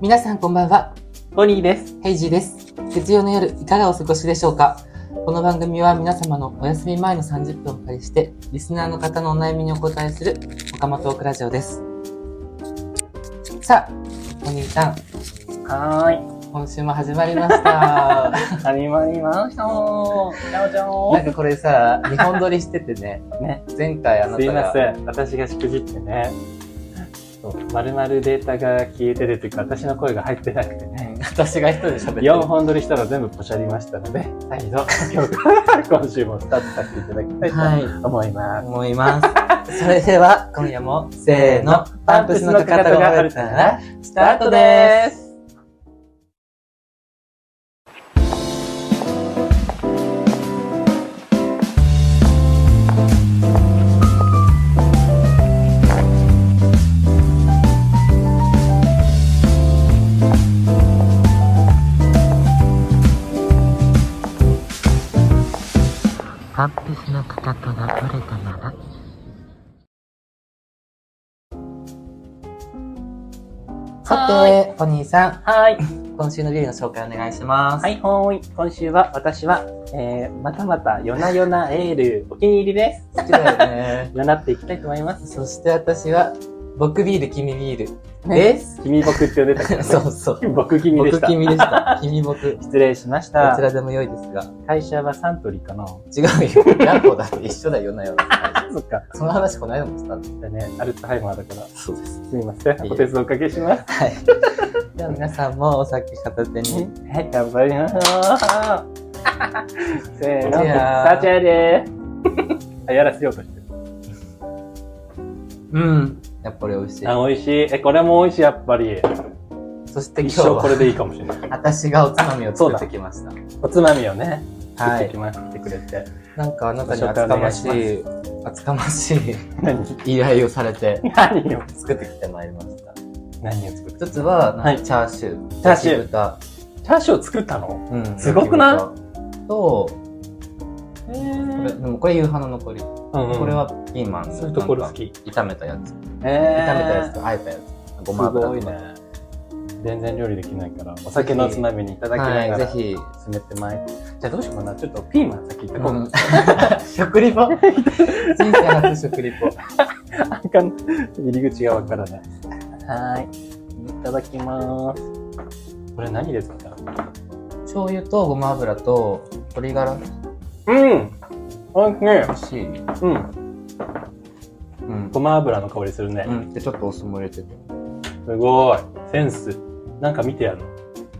皆さんこんばんは、ポニーです。ヘイジーです。月曜の夜、いかがお過ごしでしょうかこの番組は皆様のお休み前の30分をお借りして、リスナーの方のお悩みにお答えする、オカマトークラジオです。さあ、お兄さん、はーい。今週も始まりました。始まりました。ちゃおちゃおなんかこれさ、日本撮りしててね、ね、前回あなすいたまがせん。私がしくじってね。まるまるデータが消えてるというか、私の声が入ってなくてね。私が一人で喋って4本撮りしたら全部ポシャりましたので、再度、今日から今週もスタートさせていただきたいはい、と思います。思います。それでは、今夜も、せーの、パンプスのかかとが晴れたら、スタートです。パンプスのかかとが取れたならさて、お兄さん、はい。今週のビールの紹介お願いします。はい、ほーい。今週は私は、えー、またまた、夜な夜なエール、お気に入りです。好きだよね。 夜なっていきたいと思います。そして私は、僕ビール、君ビールです。 君僕って呼んでたけど、そうそう。 僕君でし僕た。君でした。君僕。 ど失礼しましちた。らでも良いですが。会社はサントリーかなそ違うよ。ヤンコだって一緒だよなよ。っか。その話この間もしたんです。だね、アルツハイマーだから。そうです。すみませえいん。えお手数おかけします。はい。じゃあ皆さんもお酒片手に。はい、頑張りましょう。せーの、じゃあサーチャーで ーす。あ、やらせようとしてる。うん。やっぱり美味しい。あ、美味しい。え、これも美味しい、やっぱり。そして今一日生これは、でいいかもしれない。私がおつまみを作ってきました。おつまみをね、作っはてきい。ましてくれて。なんかあなたに厚かましい、厚かましい何依頼をされて、何を作ってきてまいりました。何を作る一つは、なんかはいチャーシュー。チャーシュー焼き豚。チャーシューを作ったのうん。すごくない焼き豚と、えこれ、でもこれ夕飯の残り。こうんうんれはピーマンの。そういうところなん好かき。炒めたやつ。炒えめたえやつと、あえたやつ。ごすま油ごいとか。ね。全然料理できないから、お酒のおつまみにいただきなはがい、らぜ進ひ。めてまいりじゃあどうしようかな。ちょっとピーマン先行ってこう。 食リポ人生初食リポ。あかん入り口がわからない。はい。いただきまーす。これ何ですか醤油とごま油と鶏ガラうんおいし欲しい。い。うん。うんご。ま油の香りするねう。ん。で、ちょっとお酢も入れてて。すごい。センス。なんか見てやるの。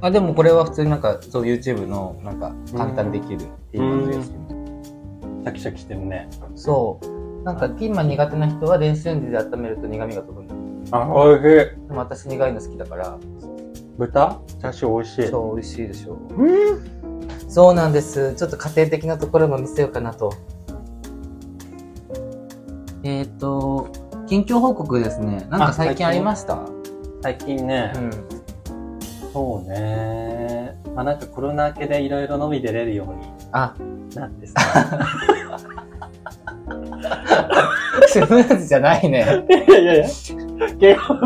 あ、でもこれは普通になんか、そう YouTube の、なんか、簡単にできるピーマンのレシピ。シャキシャキしてるね。そう。なんかピーマン苦手な人は電子レンジで温めると苦味が飛ぶんだよあ、おいしい。でも私苦いの好きだから、豚チャーシュー美味しい。超美味しいでしょう。うん。そうなんです。ちょっと家庭的なところも見せようかなと。えっ、ー、と、近況報告ですね。なんかあ最近最近ありました最近ね、うん。そうね。まあなんかコロナ明けでいろいろ飲み出れるようにあ、 なってさ。スムーズじゃないね。いやいやいや。結構、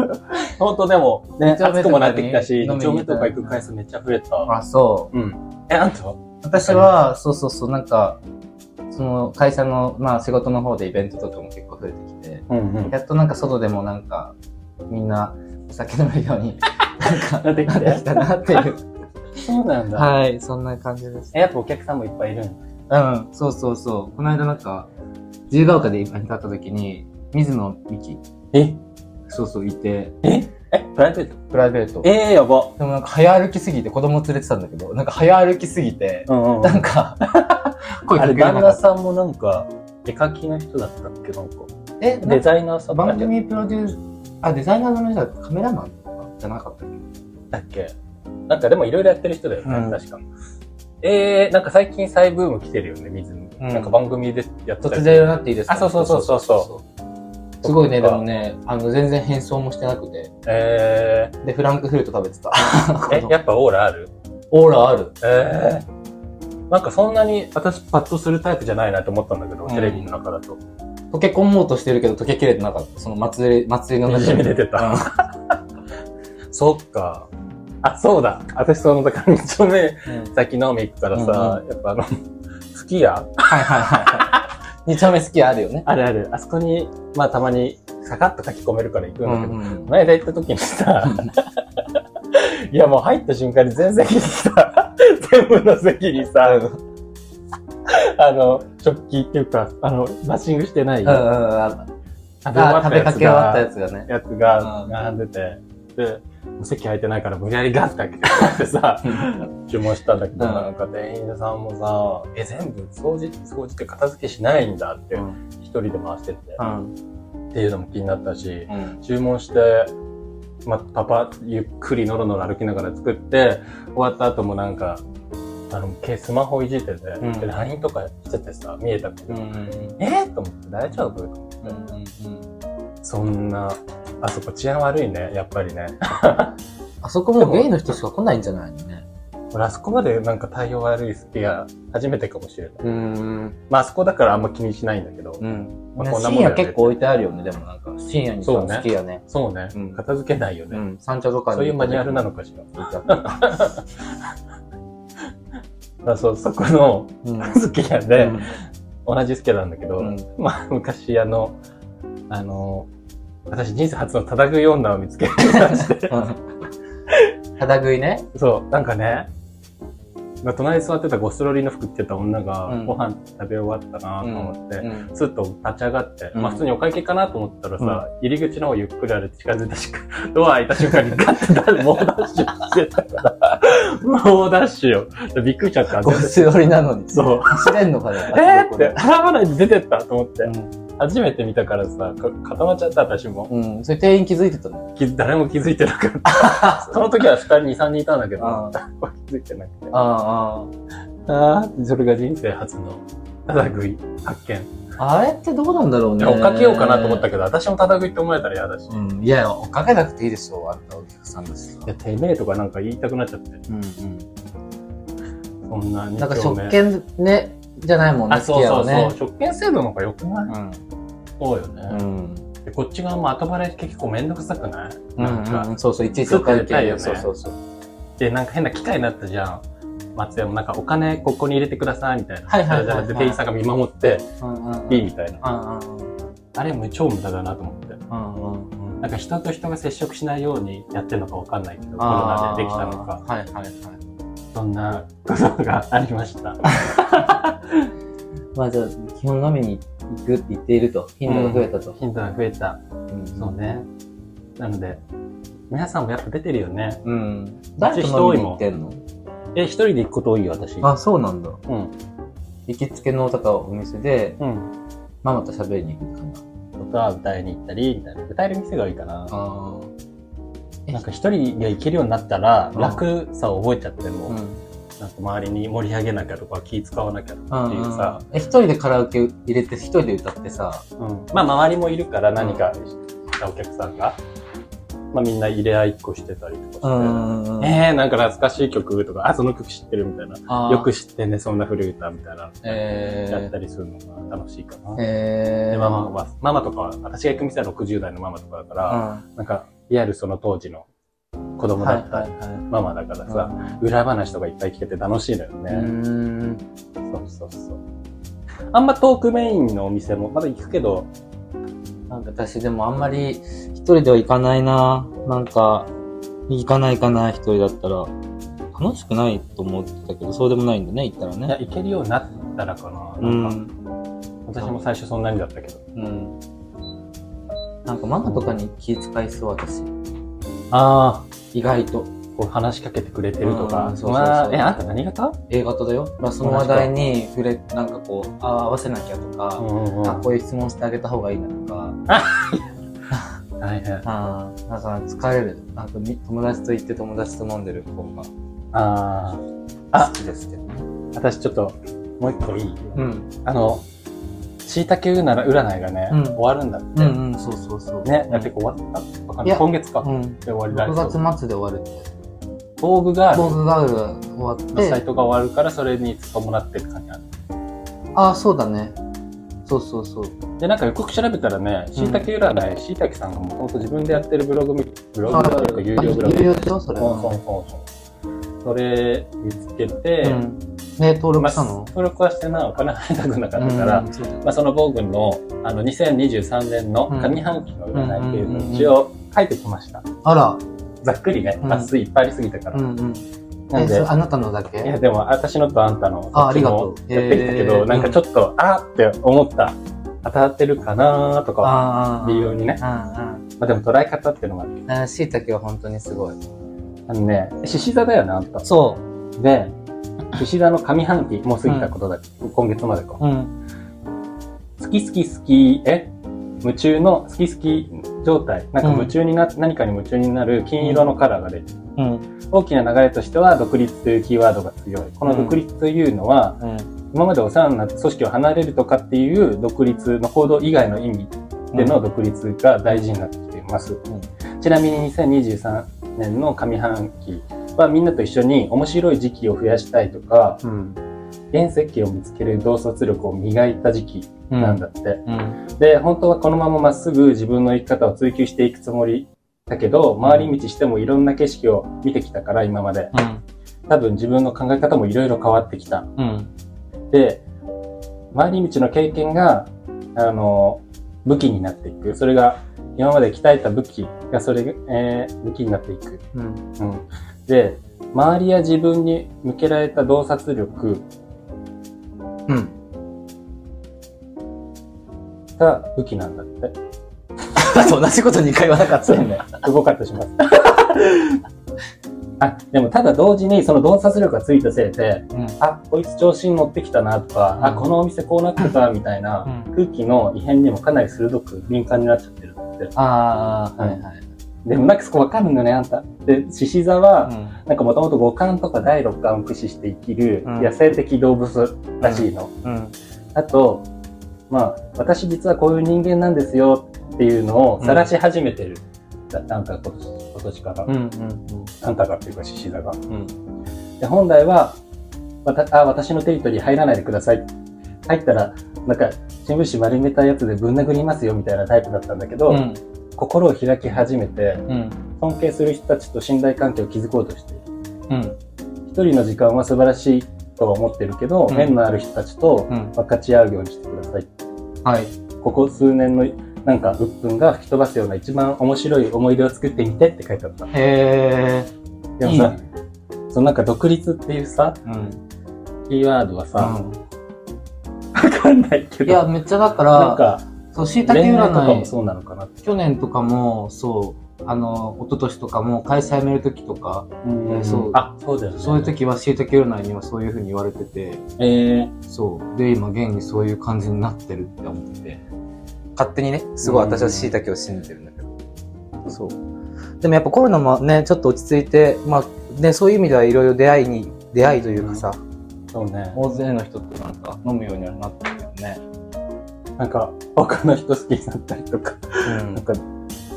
本当でも、ね、二丁目とかに暑くもなってきたし、飲みに行2った丁目とか行く回数めっちゃ増えた。あ、そう。うん。え、あんたは私は、そうそうそう、なんか、その会社の、まあ仕事の方でイベントとかも結構増えてきて、うんうやっとなんか外でもなんか、みんなお酒飲めるように、 なんか、なってきてなたなっていう。そうなんだ。はい、そんな感じです。え、やっぱお客さんもいっぱいいるんだ。うん、そうそうそう。この間なんか、自由が丘でイベントあった時に、水野美紀、えそうそういて、えプライベートプライベート。ええやば。でもなんか早歩きすぎて、子供連れてたんだけど、なんか早歩きすぎて、うんなんか、声あかれ、けられな旦か那っさんもなんか、絵描きの人だったっけなんか。た。え、なんデかザイナーさん番組プロデュース、あ、デザイナーの人はカメラマンとかじゃなかったっけだっけなんかでもいろいろやってる人だよね、うん確か。えー、なんか最近再ブーム来てるよね、水野、うんなんか番組でやってた突り然になっていいですか。あそうそうそうそうそうすごいね、でもね、あの、全然変装もしてなくて。えで、フランクフルト食べ てた。ー、え、やっぱオーラあるオーラある。えー、なんかそんなに私パッとするタイプじゃないなと思ったんだけど、うんテレビの中だと。溶け込もうとしてるけど溶け きれてなかった。その祭り、祭りのに中じみで。出てた。そっか。あ、そうだ。私、その、だから、2丁目、うんさっき飲み行くからさ、やっぱあの、好きや。はいはいはい。二丁目好きあるよね。あるある。あそこに、まあ、たまに、サカッと書き込めるから行くんだけど、うんこの間行った時にさ、 いやもう入った瞬間に全席にさ、全部の席にさ、あの、食器っていうか、あの、マッチングしてない、うんうんあ食あ食べかけ終わったやつつがね。が、やつがうん並んでて、で、席空いてないから無理やりガッて開けて座ってさ、注文したんだけど、うんなんか店員さんもさ、え、全部掃除、掃除って片付けしないんだって、うん一人で回してって、うっんていうのも気になったし、うん注文して、まあ、パパゆっくりのろのろ歩きながら作って終わった後もなんかあのけスマホいじってて、んで LINE とかしててさ見えたから、うんえっ、と思って大丈夫うんそんなあそこ治安悪いねやっぱりねあそこもゲイの人しか来ないんじゃないのね。俺あそこまでなんか対応悪い好きが初めてかもしれないうん。まああそこだからあんま気にしないんだけど、うん。まあこんな深もんだよ夜ね結構置いてあるよね、でもなんか。深夜にさ、そうね好きやね。そうね、うん片付けないよね、うん。三茶とかにそういうマニュアルなのかしら行っちゃっただからそうそこのうん。好き屋で、同じスケなんだけ ど、うんまあ昔あの、あの、私人生初の叩く女を見つけまして、 うん肌食いね。そう、なんかね、まあ、隣に座ってたゴスロリの服着てた女が、うんご飯食べ終わったなと思って、ん。スッと立ち上がって、うんまあ普通にお会計かなと思ったらさ、入り口の方ゆっくりあれ近づいたし、ドア開いた瞬間にガッて誰猛ダッシュしてたから、猛ダッシュよ。でびっくりしちゃった。ゴス寄りなのに。そう。走れんのかね。 えーって、払わないで出てったと思って。う初めて見たからさ、か固まっちゃった私も。ん。うん。それ店員気づいてたの。き誰も気づいてなか った。その時は二人、二三人いたんだけど、 あ誰も気づいてなくて。ああ。ああ、それが人生初の、ただ食い発見。あれってどうなんだろうね。追っかけようかなと思ったけど、私もただ食いって思われたら嫌だし。いうん。いや、追っかけなくていいでしょ、あんたお客さんだしさ。や、てめえとかなんか言いたくなっちゃって。うんうん。そんなに。なんか食券ね、じゃないもんね、あ、好そきうやそはうそう。ね。食券制度の方が良くない、そうようね、ん。でこっち側も後払いって結構めんどくさくない、うん。なんか、うん。そうそう、いちいちお金すぐ出たいよねそうそうそう。で、なんか変な機械になったじゃん。松屋もなんかお金ここに入れてくださいみたいな。はいはいはいはいで店員さんが見守って、うんうんうん。いいみたいな。うんうんうん。あれも超無駄だなと思って。うんうんうん。なんか人と人が接触しないようにやってるのかわかんないけど、コロあナあでできたのか。はいはいはい。そんなことがありました。まあじゃあ、基本飲みに行くって言っていると。 頻度が増えたと。ヒントが増えた。そう。ね。なので、皆さんもやっぱ出てるよね。うん。誰誰とと飲飲みにみに行行っっててんのえ、一人で行くこと多いよ、私。あ、そうなんだ。うん。行きつけの、だからお店で、うん。ママと喋りに行くかな。僕は歌いに行ったり、みたいな。歌える店が多いかな。ああなんか一人で行けるようになったら、うん楽さを覚えちゃっても、うん。なんか周りに盛り上げなきゃとか気使わなきゃとうかんっていうさ、え、一人でカラオケ入れて、一人で歌ってさ、うんまあ周りもいるから何かしたお客さんが、まあみんな入れ合いっこしてたりとかして、んえー、なんか懐かしい曲とか、あ、その曲知ってるみたいな、よくし知ってんね、そんな古い歌みたいな、えやったー、りするのが楽しいかな。えー、でママは、ママとかは、私が行く店は60代のママとかだから、は、なんか、いわゆるその当時の子う供ん、だはいったはママだからいさ、は裏話とかいっぱい聞けて楽しいのよね。い。うん。そうそうそう。あんま遠くメインのお店もまだ行くけど、なんか私でもあんまり一人では行かないな。なんか、行かない行かない一人だったら。楽しくないと思ってたけど、そうでもないんだね、行ったらいやね。行けるようになったらかな。うなんかん。私も最初そんなにだったけど。うん。なんかママとかに気遣いそう、私。あ意外と。あ、こう話しかけてくれてるとうかん。そうそうそうまあ、え、あんた何型 A 型だよ。まあ、その話題に触れ、なんかこう、あ合わせなきゃとか、んあこういう質問してあげた方がいいなとか、大変。あーなんか疲れる。なんかみ友達と行って友達と飲んでる方ああ、が好きですけど。私ちょっと、もう一個いいうん。あの、椎茸なら占いがね、うん終わるんだって。うんうん、そうそうそう。ね、うん結構終わったわかいんない。や今月か。うん。で終わり6だ。月末で終わるって。防具があるボーグガウが終わっサイて、トが終わるから、それに伴ってる感じある。ああ、そうだね。そうそうそう。で、なんかよくよく調べたらね、しいたけ占い、しいたけさんがもともと自分でやってるブログみ、ブログだというか有料ブログ。有料でしょ、それ。そうそうそうそう。それ見つけて、うん。ね、登ま録あ、したの登録はしてない、お金払いたくなかったから、うんそうだよまあ、その防軍のあの2023年のうん上半期の占いっていうのうんうんうんうんを一応書いてきました。あら、ざっくりね、うん発数いっぱいありすぎたから。うんうん。なんえ、そでれ、あなたのだいやけでも私のとあんたのどっちもあありがとうやってきたけへど、ーなんかちょっと、あーって思った。当たってるかなーとかは、ああ。微妙にね。うんまあでも捉え方っていうのがある。うん。あしいたけは本当にすごい。あのね、獅子座だよね、あんた。そう。で、獅子座の上半期、もう過ぎたことだけど、今月までか。うん。好き好き好き、え夢中の好き好き状態。なんか夢中にな、何かに夢中になる金色のカラーが出てるうん。大きな流れとしては、独立というキーワードが強い。この独立というのは、うん。今までお世話になった組織を離れるとかっていう独立の行動以外の意味での独立が大事になってきています。ちなみに2023年の上半期はみんなと一緒に面白い時期を増やしたいとか、うん。原石を見つける洞察力を磨いた時期うなんん。だって。で、本当はこのまままっすぐ自分の生き方を追求していくつもりだけど、回り道してもいろんな景色を見てきたから今まで。うん。多分自分の考え方もいろいろ変わってきた。うん。で、回り道の経験が、あの、武器になっていく。それが、今まで鍛えた武器が、それが、えー武器になっていく。うん。うん。で、周りや自分に向けられた洞察力 うん。が武器なんだって。あと同じこと2回はなかっそうね。動かったします。 あ、でもただ同時にその洞察力がついたせいで、うん。あ、こいつ調子に乗ってきたなとか、あ、うんこのお店こうなってたみたいなうん空気の異変にもかなり鋭く敏感になっちゃってるんだって。ああ、はいはい。でもなんかそこわかるんだよね、あんた。で、獅子座は、うなんかもともと五感とか第六感を駆使して生きるうん野生的動物らしいの。ん。うん。あと、まあ、私実はこういう人間なんですよっていうのを晒し始めてる。だあんた今年今年から、うん。うん。あんたがっていうか獅子座が。うん。で、本来は、わたあ、私のテリトリー入らないでください。入ったら、なんか、新聞紙丸めたやつでぶん殴りますよみたいなタイプだったんだけど、うん。心を開き始めて、うん。尊敬する人たちと信頼関係を築こうとしていうる。ん。一人の時間は素晴らしいとは思ってるけど、うん縁のある人たちとうん。分かち合うようにしてください。はい。ここ数年のなんか鬱憤が吹き飛ばすような一番面白い思い出を作ってみてって書いてあった。えでもさ、そのなんか独立っていうさ、ー。うん。キーワードはさ、わ、かんないけいや、ど、めっちゃだかなんら、かそう、しいたけ恋愛とか占もい、そうなのかなって。去年とかも、そう、あの、一昨年とかも、会社辞める時とか、んそうあ、そうだよね。そういう時はしいたけ占いにはそういう風に言われてて、えー、そう。で、今、現にそういう感じになってるって思ってて。勝手にね、すごい私は椎茸を信じてるんだけど。そう。でもやっぱコロナもね、ちょっと落ち着いて、まあ、ね、そういう意味ではいろいろ出会いに、出会いというかさ、そうね。大勢の人となんか飲むようにはなってるよね。なんか、他の人好きになったりとか、なんか、わ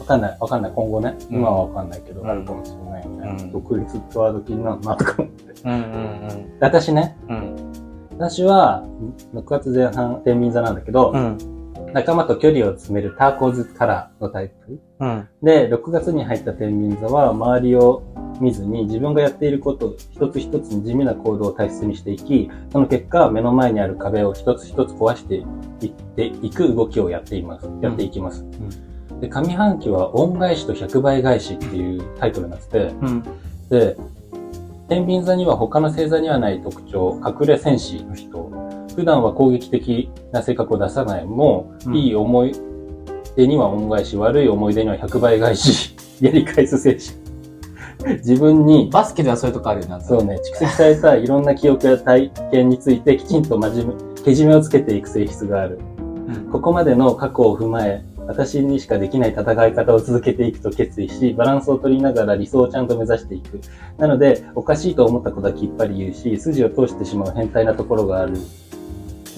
かんない、わかんない、今後ね、うん今はわかんないけど、うんあるかもしれないみたいな。うん独立ってワード気になるな とか思って。うん。うん私ね、うんうん。私は、6月前半、天秤座なんだけど、うん。仲間と距離を詰めるターコーズカラーのタイプ。うん。で、6月に入った天秤座は、周りを見ずに、自分がやっていること、一つ一つに地味な行動を大切にしていき、その結果、目の前にある壁を一つ一つ壊していっていく動きをやっています。やっていきます。で、上半期は恩返しと100倍返しっていうタイトルになってて、うん。で、天秤座には他の星座にはない特徴、隠れ戦士の人、普段は攻撃的な性格を出さないも、うんいい思い出には恩返し、悪い思い出には100倍返し、 やり返す精神。 自分に、バスケではそういうとこあるよな、そうね、蓄積されたいろんな記憶や体験についてきちんと真面目、けじめをつけていく性質がある。うん。ここまでの過去を踏まえ、私にしかできない戦い方を続けていくと決意し、バランスを取りながら理想をちゃんと目指していく。なので、おかしいと思ったことはきっぱり言うし、筋を通してしまう変態なところがある、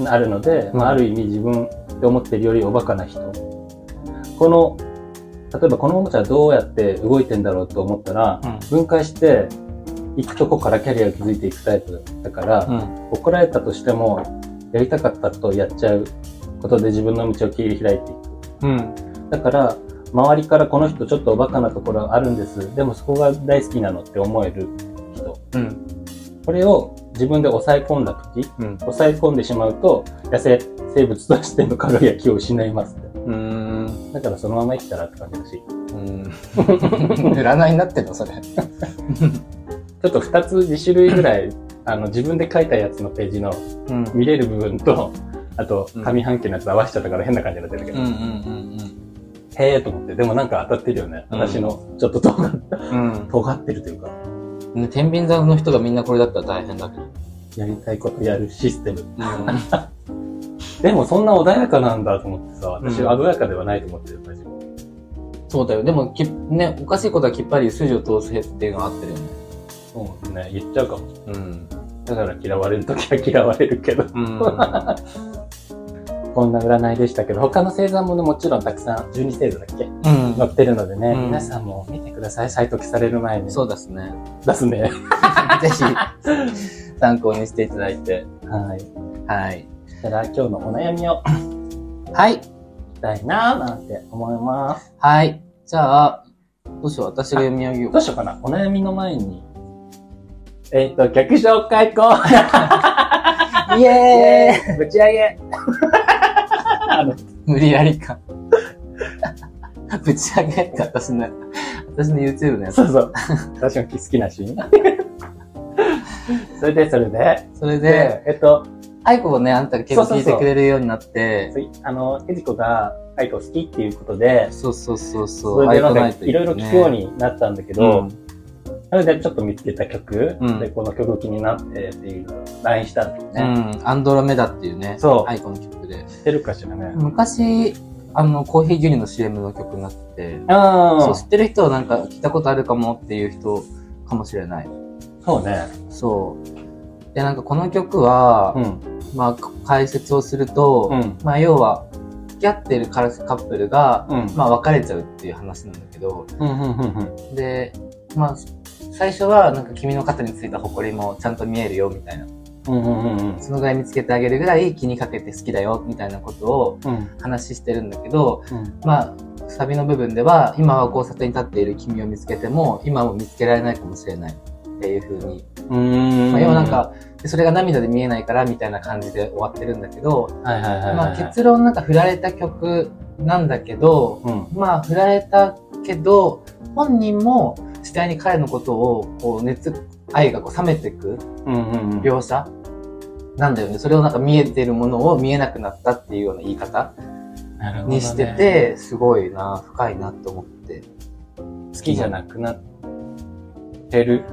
あるので、まあ、ある意味自分って思ってるよりおバカな人。この、例えばこのおもちゃどうやって動いてんだろうと思ったら、分解して、行くとこからキャリアを築いていくタイプだから、うん。怒られたとしても、やりたかったことをやっちゃうことで自分の道を切り開いていく。うん。だから、周りからこの人ちょっとおバカなところあるんです。でもそこが大好きなのって思える人。うん。これを自分で抑え込んだ時うん。抑え込んでしまうと、野生生物としての輝きを失います。うん。うん。だからそのまま生きたらって感じだし。ち 占いになってんのそれ。ょっと2つ、2種類ぐ らい、あの、自分で書いたやつのページのうん。見れる部分と、あとうん、上半期のやつ合わせちゃったから変な感じになってるけど、うん。へえと思って、でもなんか当たってるよね。うん私の、ちょっと尖っうん。尖ってるというか、ね天秤座の人がみんなこれだったら大変だけど。やりたいことやるシステム。でもそんな穏やかなんだと思ってさ、私はうん穏やかではないと思ってるから自分。 そうだよ。でもき、ね、おかしいことはきっぱり筋を通すっていうのは合ってるよね。そうですね、言っちゃうかも。うん。だから嫌われるときは 嫌われるけど。うん。こんな占いでしたけど、他の星座もね、もちろんたくさん、12星座だっけうん載ってるのでね、うん皆さんも見てください。再解きされる前 に。そうですね。 出すね。ぜひ、参考にしていただいて。はい。はい。じゃあ今日のお悩みをはい。聞きたいなーなんて思います。はい。じゃあ、どうしよう。私が読み上げようどう。しようかなお悩みの前に。えっ、と、逆紹介コーナ イエーイーぶち上げ無理やりか。 ぶち上げって私の、私の YouTube のやつ。そうそう。私も好きなシー ン。それで、それで。それで、で、えっと、アイコをね、あんたが結構聞いてくれるようになって、次あの、えじこが、アイコ好きっていうことで、そうそうそうそ、そうれでなアイコんか、いろいろ聞くようになったんだけど、うんそれでちょっと見つけた曲、うんで、この曲気になってっていうのを LINE したんだようね。ん、アンドロメダっていうね、そうアイコの曲で。知ってるかしらね。昔、あの、コーヒー牛乳の CM の曲になってて、あそう、あ、知ってる人はなんか聞いたことあるかもっていう人かもしれない。そうね。そう。で、なんかこの曲は、ん。まあ、解説をすると、うん。まあ、要は、付き合ってるカラスカップルが、うん。まあ、別れちゃうっていう話なんだけど、うん。うん。うん。で、まあ、最初は、なんか君の肩についた埃もちゃんと見えるよ、みたいな。うん。うん。うん。そのぐらい見つけてあげるぐらい気にかけて好きだよ、みたいなことをうん。話してるんだけど、うん。まあ、サビの部分では、今は交差点に立っている君を見つけても、今も見つけられないかもしれない。っていう風に。うん。まあ、要はなん、か、でそれが涙で見えないから、みたいな感じで終わってるんだけど、はいはいはいはい。まあ、結論なんか振られた曲なんだけど、うん。まあ、振られたけど、本人も次第に彼のことを、こう、熱、愛がこう冷めていくうん。うん。うん。描写なんだよね。それをなんか見えてるものを見えなくなったっていうような言い方なるほどねにして、て、すごいな、深いなと思って。好きじゃなくなってる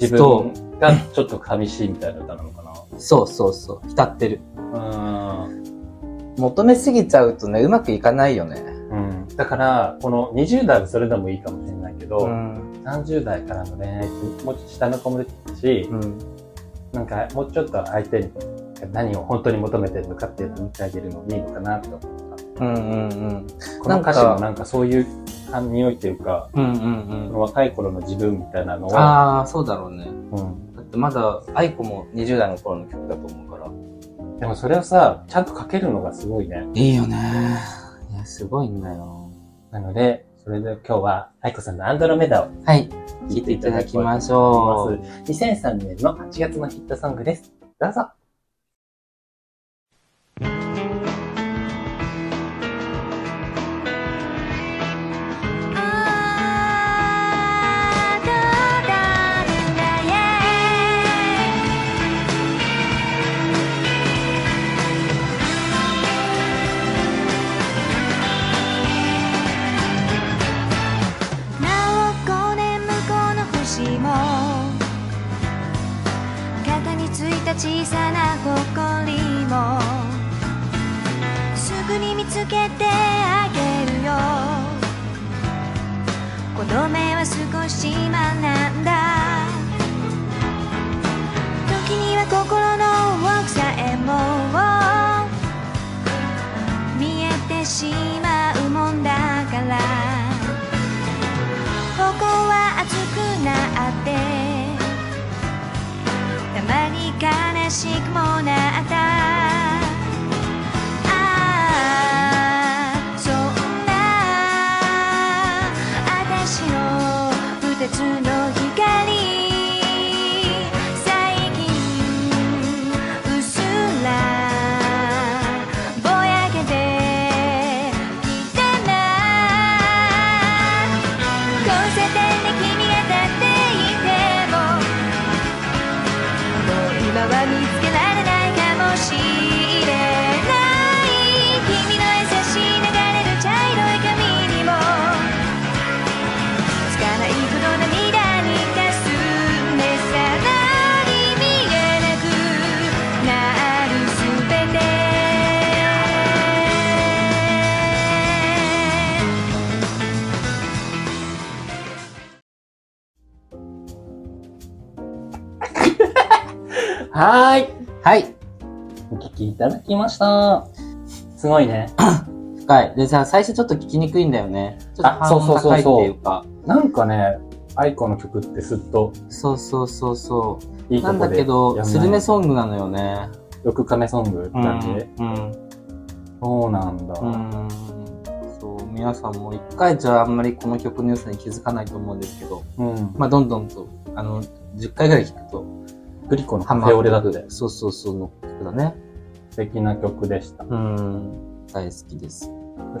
自分がちょっと寂しいみたいな歌なのかそうそうそう。浸ってる。な。うん。求めすぎちゃうとね、うまくいかないよね。うん、だから、この20代はそれでもいいかもしれないけど、ん。 30代からの恋愛ってもうちょっと下の子も出てきたし、うん。なんかもうちょっと相手に何を本当に求めてるのかっていうのを見てあげるのもいいのかなって思っうた。んうんうん。この歌詞もなんかそういう感匂いというか、うんうんうん。若い頃の自分みたいなのを、ああ、そうだろうね。うんだってまだ、愛子も20代の頃の曲だと思うから。でもそれをさ、ちゃんと書けるのがすごいね。いいよね。いや、すごいんだよ。なので、それで今日は、愛子さんのアンドロメダをはい。聞聞いいてていいたただだききままししょょう。2003年の8月のヒットソングです。どうぞ。 「ああどうだったんだやい」「なお5年向こうの星も」「肩についた小さな埃も」「すぐに見つけてあげるよ」子供は少し学んだ時には心の奥さえも見えてしまうもんだからここは熱くなってたまに悲しくもなったああ別の光最近うすらぼやけてきたな交差点で君が立っていてももう今は見つけられないかもしれない君の優しい流れる茶色い髪にもつかないこの涙に霞んでさらに見えなくなるすべてはーい。はい。お聞きいただきました。すごいね。深い。で、さ、最初ちょっと聞きにくいんだよね。ちょっとあ反応高いっていうか。なんかね、アイコの曲ってすっとそうそうそうそ。いういとなんこだでやけど、スルメソンングなのよね。グ。よくカメソングってうん。う感じ、ん。そうなんだ。うん。そう、皆さんも一回じゃああんまりこの曲の良さに気づかないと思うんですけど、うん。まあ、どんどんと、あの、10回ぐらい聞くと、グリコのハカマフェオレだっってて。そうそうそう、の曲だね。素敵な曲でした。うん。大好きです。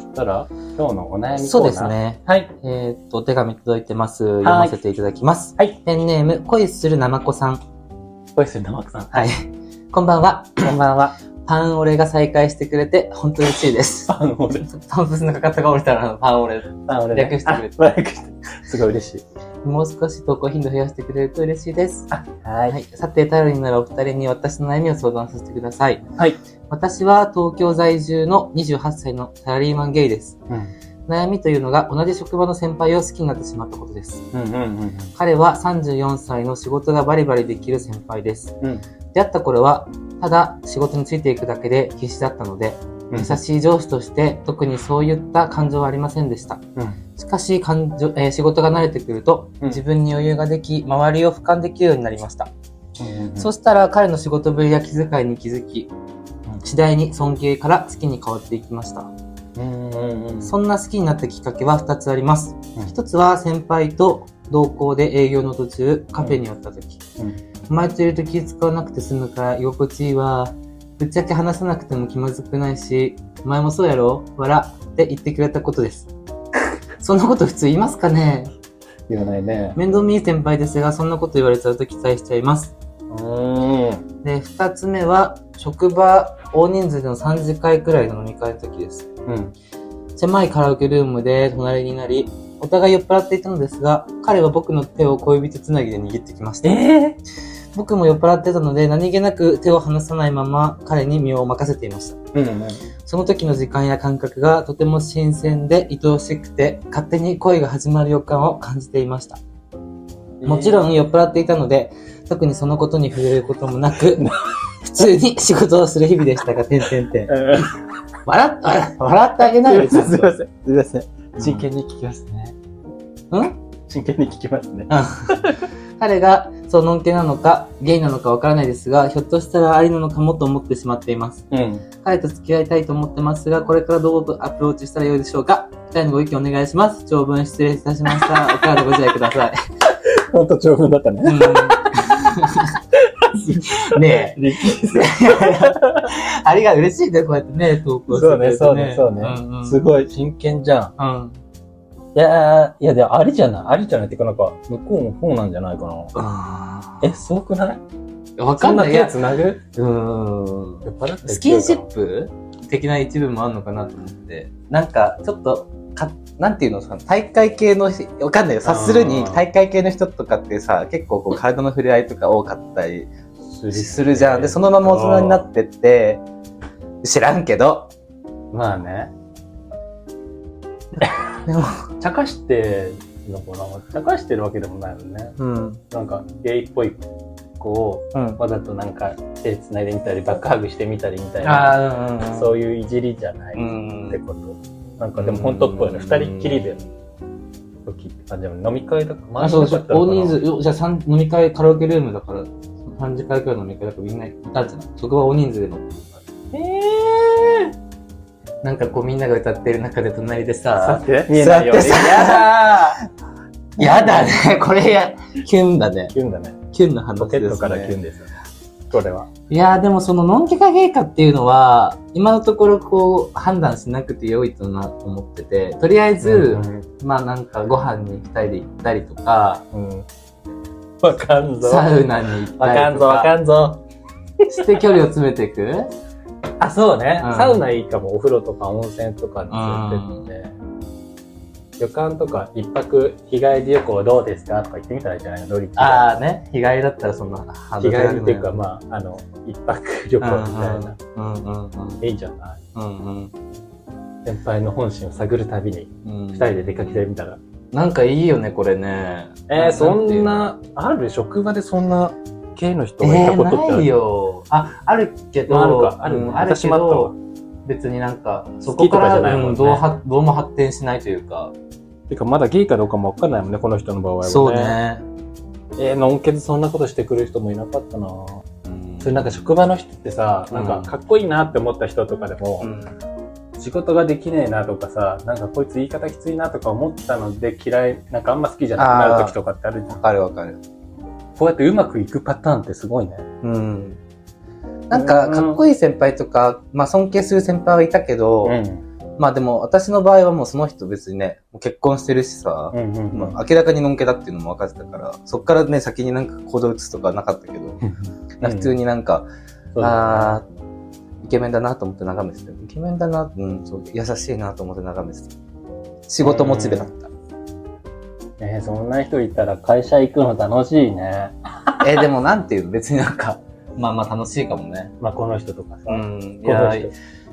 そしたら、今日のお悩みコーナー。そうです。ね。はい。えーっと、お手紙届いてます。読ませていただきます。はい。ペンネーム、恋するなまこさん。ボイス生クさん。はい。こんばんは。こんばんは。パンオレが再開してくれて、本当に嬉しい です。あの、俺、パンプスのかかとが折れたらパンオレ。あ俺ね、略してくれてあ略して。すごい嬉しい。もう少し投稿頻度増やしてくれると嬉しいです。はい。はい。さて、頼りになるお二人に私の悩みを相談させてください。はい。私は東京在住の28歳のサラリーマンゲイです。うん。悩みというのが同じ職場の先輩を好きになってしまったことです。うんうんうん彼は34歳の仕事がバリバリできる先輩です。うん出会った頃は、ただ仕事についていくだけで必死だったので、うん。優しい上司として特にそういった感情はありませんでした。うんしかし感情、えー仕事が慣れてくると、うん自分に余裕ができ、周りを俯瞰できるようになりました。うん。そしたら彼の仕事ぶりや気遣いに気づき、次第に尊敬から好きに変わっていきました。うんうんうん。そんな好きになったきっかけは2つあります。うん1つは先輩と同行で営業の途中、カフェに寄った時。うんお前といると気使わなくて済むから居心地いいわ。ぶっちゃけ話さなくても気まずくないし、お前もそうやろ笑って言ってくれたことです。 そんなこと普通言いますかね言わないね。面倒見いい先輩ですが、そんなこと言われちゃうと期待しちゃいます。うん。で、2つ目は、職場大人数での3次会くらいの飲み会の時です。うん。狭いカラオケルームで隣になり、お互い酔っ払っていたのですが、彼は僕の手を恋人つなぎで握ってきました。え僕も酔っ払ってたので、何気なく手を離さないまま彼に身を任せていました。うんうん。その時の時間や感覚がとても新鮮で愛おしくて、勝手に恋が始まる予感を感じていました。もちろん酔っ払っていたので、特にそのことに触れることもな く、普通に仕事をする日々でしたが、てんてんてん。うん。 笑っ、笑笑ってあげないでください。ません。すいません。真剣に聞きますね。うん真剣に聞きますね。彼がそうのんけなのかゲイなのかわからないですがひょっとしたらありなのかもと思ってしまっていますうん。彼と付き合いたいと思ってますがこれからどうアプローチしたらよいでしょうか二人のご意見お願いします長文失礼いたしました お体ご自愛くだ さいほんと長文だったね。 ね力えありが嬉しいねこうやってね投稿してくれてそうねそうねそうんねんすごい真剣じゃん。うんいやー、いやでもありじゃないありじゃないっていうかなんか、向こうもこうなんじゃないかな。あえ、そうくないーわそかんんなないい手やつなぐうん酔っ払ってスキンシップ的な一部もあるのかなと思って、なんかちょっと、かなんていうのその大会系のひ、わかんないよ。察するにあー大会系の人とかってさ、結構こう体の触れ合いとか多かったりするじゃん。で、そのまま大人になってって、知らんけど。まあね。 でも、茶化してるのかな茶化してるわけでもないもんね。うん。なんか、ゲイっぽい子をうん。わざとなんか手つないでみたり、バックハグしてみたりみたいな。あー、うん。そうういういじりじゃないん。うっん。てこと。なんかでも本当っぽいね。二人っきりでの時って感じだもん飲み会だから、あ、そう周そりうな。かったの大かな人数、よじゃあ三飲み会、カラオケルームだから、3次会くらいの飲み会だからみんないたんじゃない職場大人数での。なんかこうみんなが歌ってる中で隣で座さっ、て見えないように。座ってさやだやだね。これや、キュンだね。キュンだね。キュンの話です、ポね。ケットからキュンです。これは。いやーでもそののんきか芸かっていうのは、今のところこう判断しなくて良いとなと思ってて、とりあえず、まあなんかご飯に行きたいで行ったりとか、うん。わかんぞ。サウナに行っわたかりんとぞ、かわかんぞ。して距離を詰めていくあ、そうね。うんサウナいいかも。お風呂とか温泉とかに連れてって。旅館とか一泊日帰り旅行どうですかとか言ってみたらいいんじゃないのドリッチああね、日帰りだったらそんな日日帰りっていうか、まあ、あの、一泊旅行みたいな。うんうんうんいいんじゃないうんうん先輩の本心を探るたびに、うん。二人で出かけてみたら。なんかいいよね、これね。えー、そていうんのな、ある職場でそんな系の人えがいたことってあー、るないよ。あ、あるけど、まああるかあるうんある私けもあったわど、別になんか、そ好こきかとかじらゃないもんねうんどうはどうも発展しないというか。てか、まだゲイかどうかもわかんないもんね、この人の場合はね。そう。ね。えー、のんけでそんなことしてくる人もいなかったなうんそれなんか職場の人ってさ、うんなんかかっこいいなって思った人とかでも、うん仕事ができねえなとかさ、なんかこいつ言い方きついなとか思ったので嫌い、なんかあんま好きじゃなくなる時とかってあるじゃん。わかるわかる。こうやってうまくいくパターンってすごいね。うん。なんか、かっこいい先輩とか、まあ尊敬する先輩はいたけど、うん。まあでも私の場合はもうその人別にね、もう結婚してるしさ、うんうんうん。まあ明らかにのんけだっていうのも分かってたから、そっからね、先になんか行動移すとかはなかったけど、うん普通になんか、そうだあーイケメンだなと思って眺めてた。イケメンだな、うん、そう、優しいなと思って眺めてた。仕事モチベだった。ね。えー、そんな人いたら会社行くの楽しいね。えーでもなんていうの別になんか、まあまあ楽しいかもね。まあこの人とかさ。ん。いこのや人、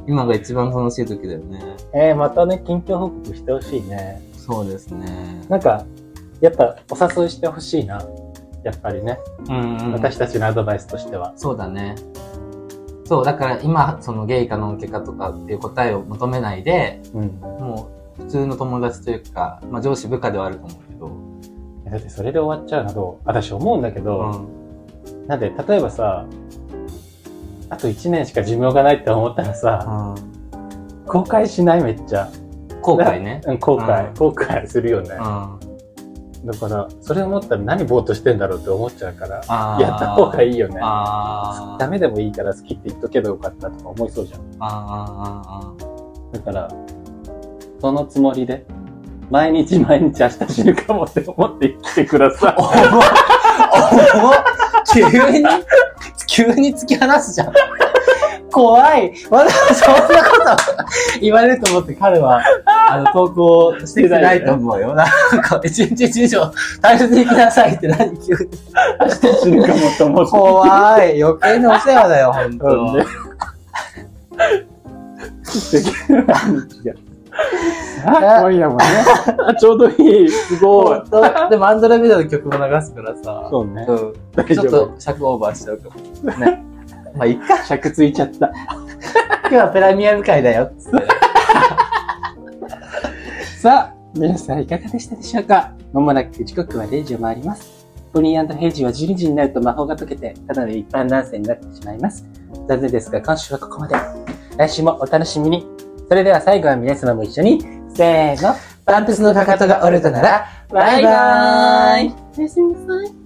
今が一番楽しい時だよね。えー、またね、近況報告してほしいね。そうですね。なんか、やっぱお誘いしてほしいな。やっぱりね、うん、うん。私たちのアドバイスとしては。そうだね。そう、だから今、そのゲイかノンケかとかっていう答えを求めないで、うん。もう普通の友達というか、まあ上司部下ではあると思うけど。だってそれで終わっちゃうなと、私思うんだけど、ん。なんで、例えばさ、あと1年しか寿命がないって思ったらさ、後悔しないめっちゃ。後悔ね。うん、後うん悔、後悔するよね。うん。あだから、それ思ったら何ぼーっとしてんだろうって思っちゃうから、あーやった方がいいよね。あー。ダメでもいいから好きって言っとけばよかったとか思いそうじゃん。あーあーあーあだから、そのつもりで、毎日毎日明日死ぬかもって思って生きてください。急に、急に突き放すじゃん。怖い。まだそんなこと言われると思って彼は、あの、投稿してきてないと思うよ。なんか、一日一日を大切に生きなさいって何急に。 明日死ぬかもって思って。怖い。余計なお世話だよ、本うん当ね。あ、今夜もね。あ ちょうどいい。すごい。本当でも、アンドレビデオの曲も流すからさ。そうね。うん。大ちょっ丈と尺オーバーしちゃうかも。ね。まあ、いっか。夫。尺ついちゃった。今日はプラミアム会だよ。さあ、皆さんいかがでしたでしょうかまもなく時刻は0時を回ります。ポニーヘイジは12時になると魔法が解けて、ただの一般男性になってしまいます。残念ですが、今週はここまで。来週もお楽しみに。それでは最後は皆様も一緒に、せーの。パンプスのかかとが折れたなら、バイバーイ。おやすみなさい。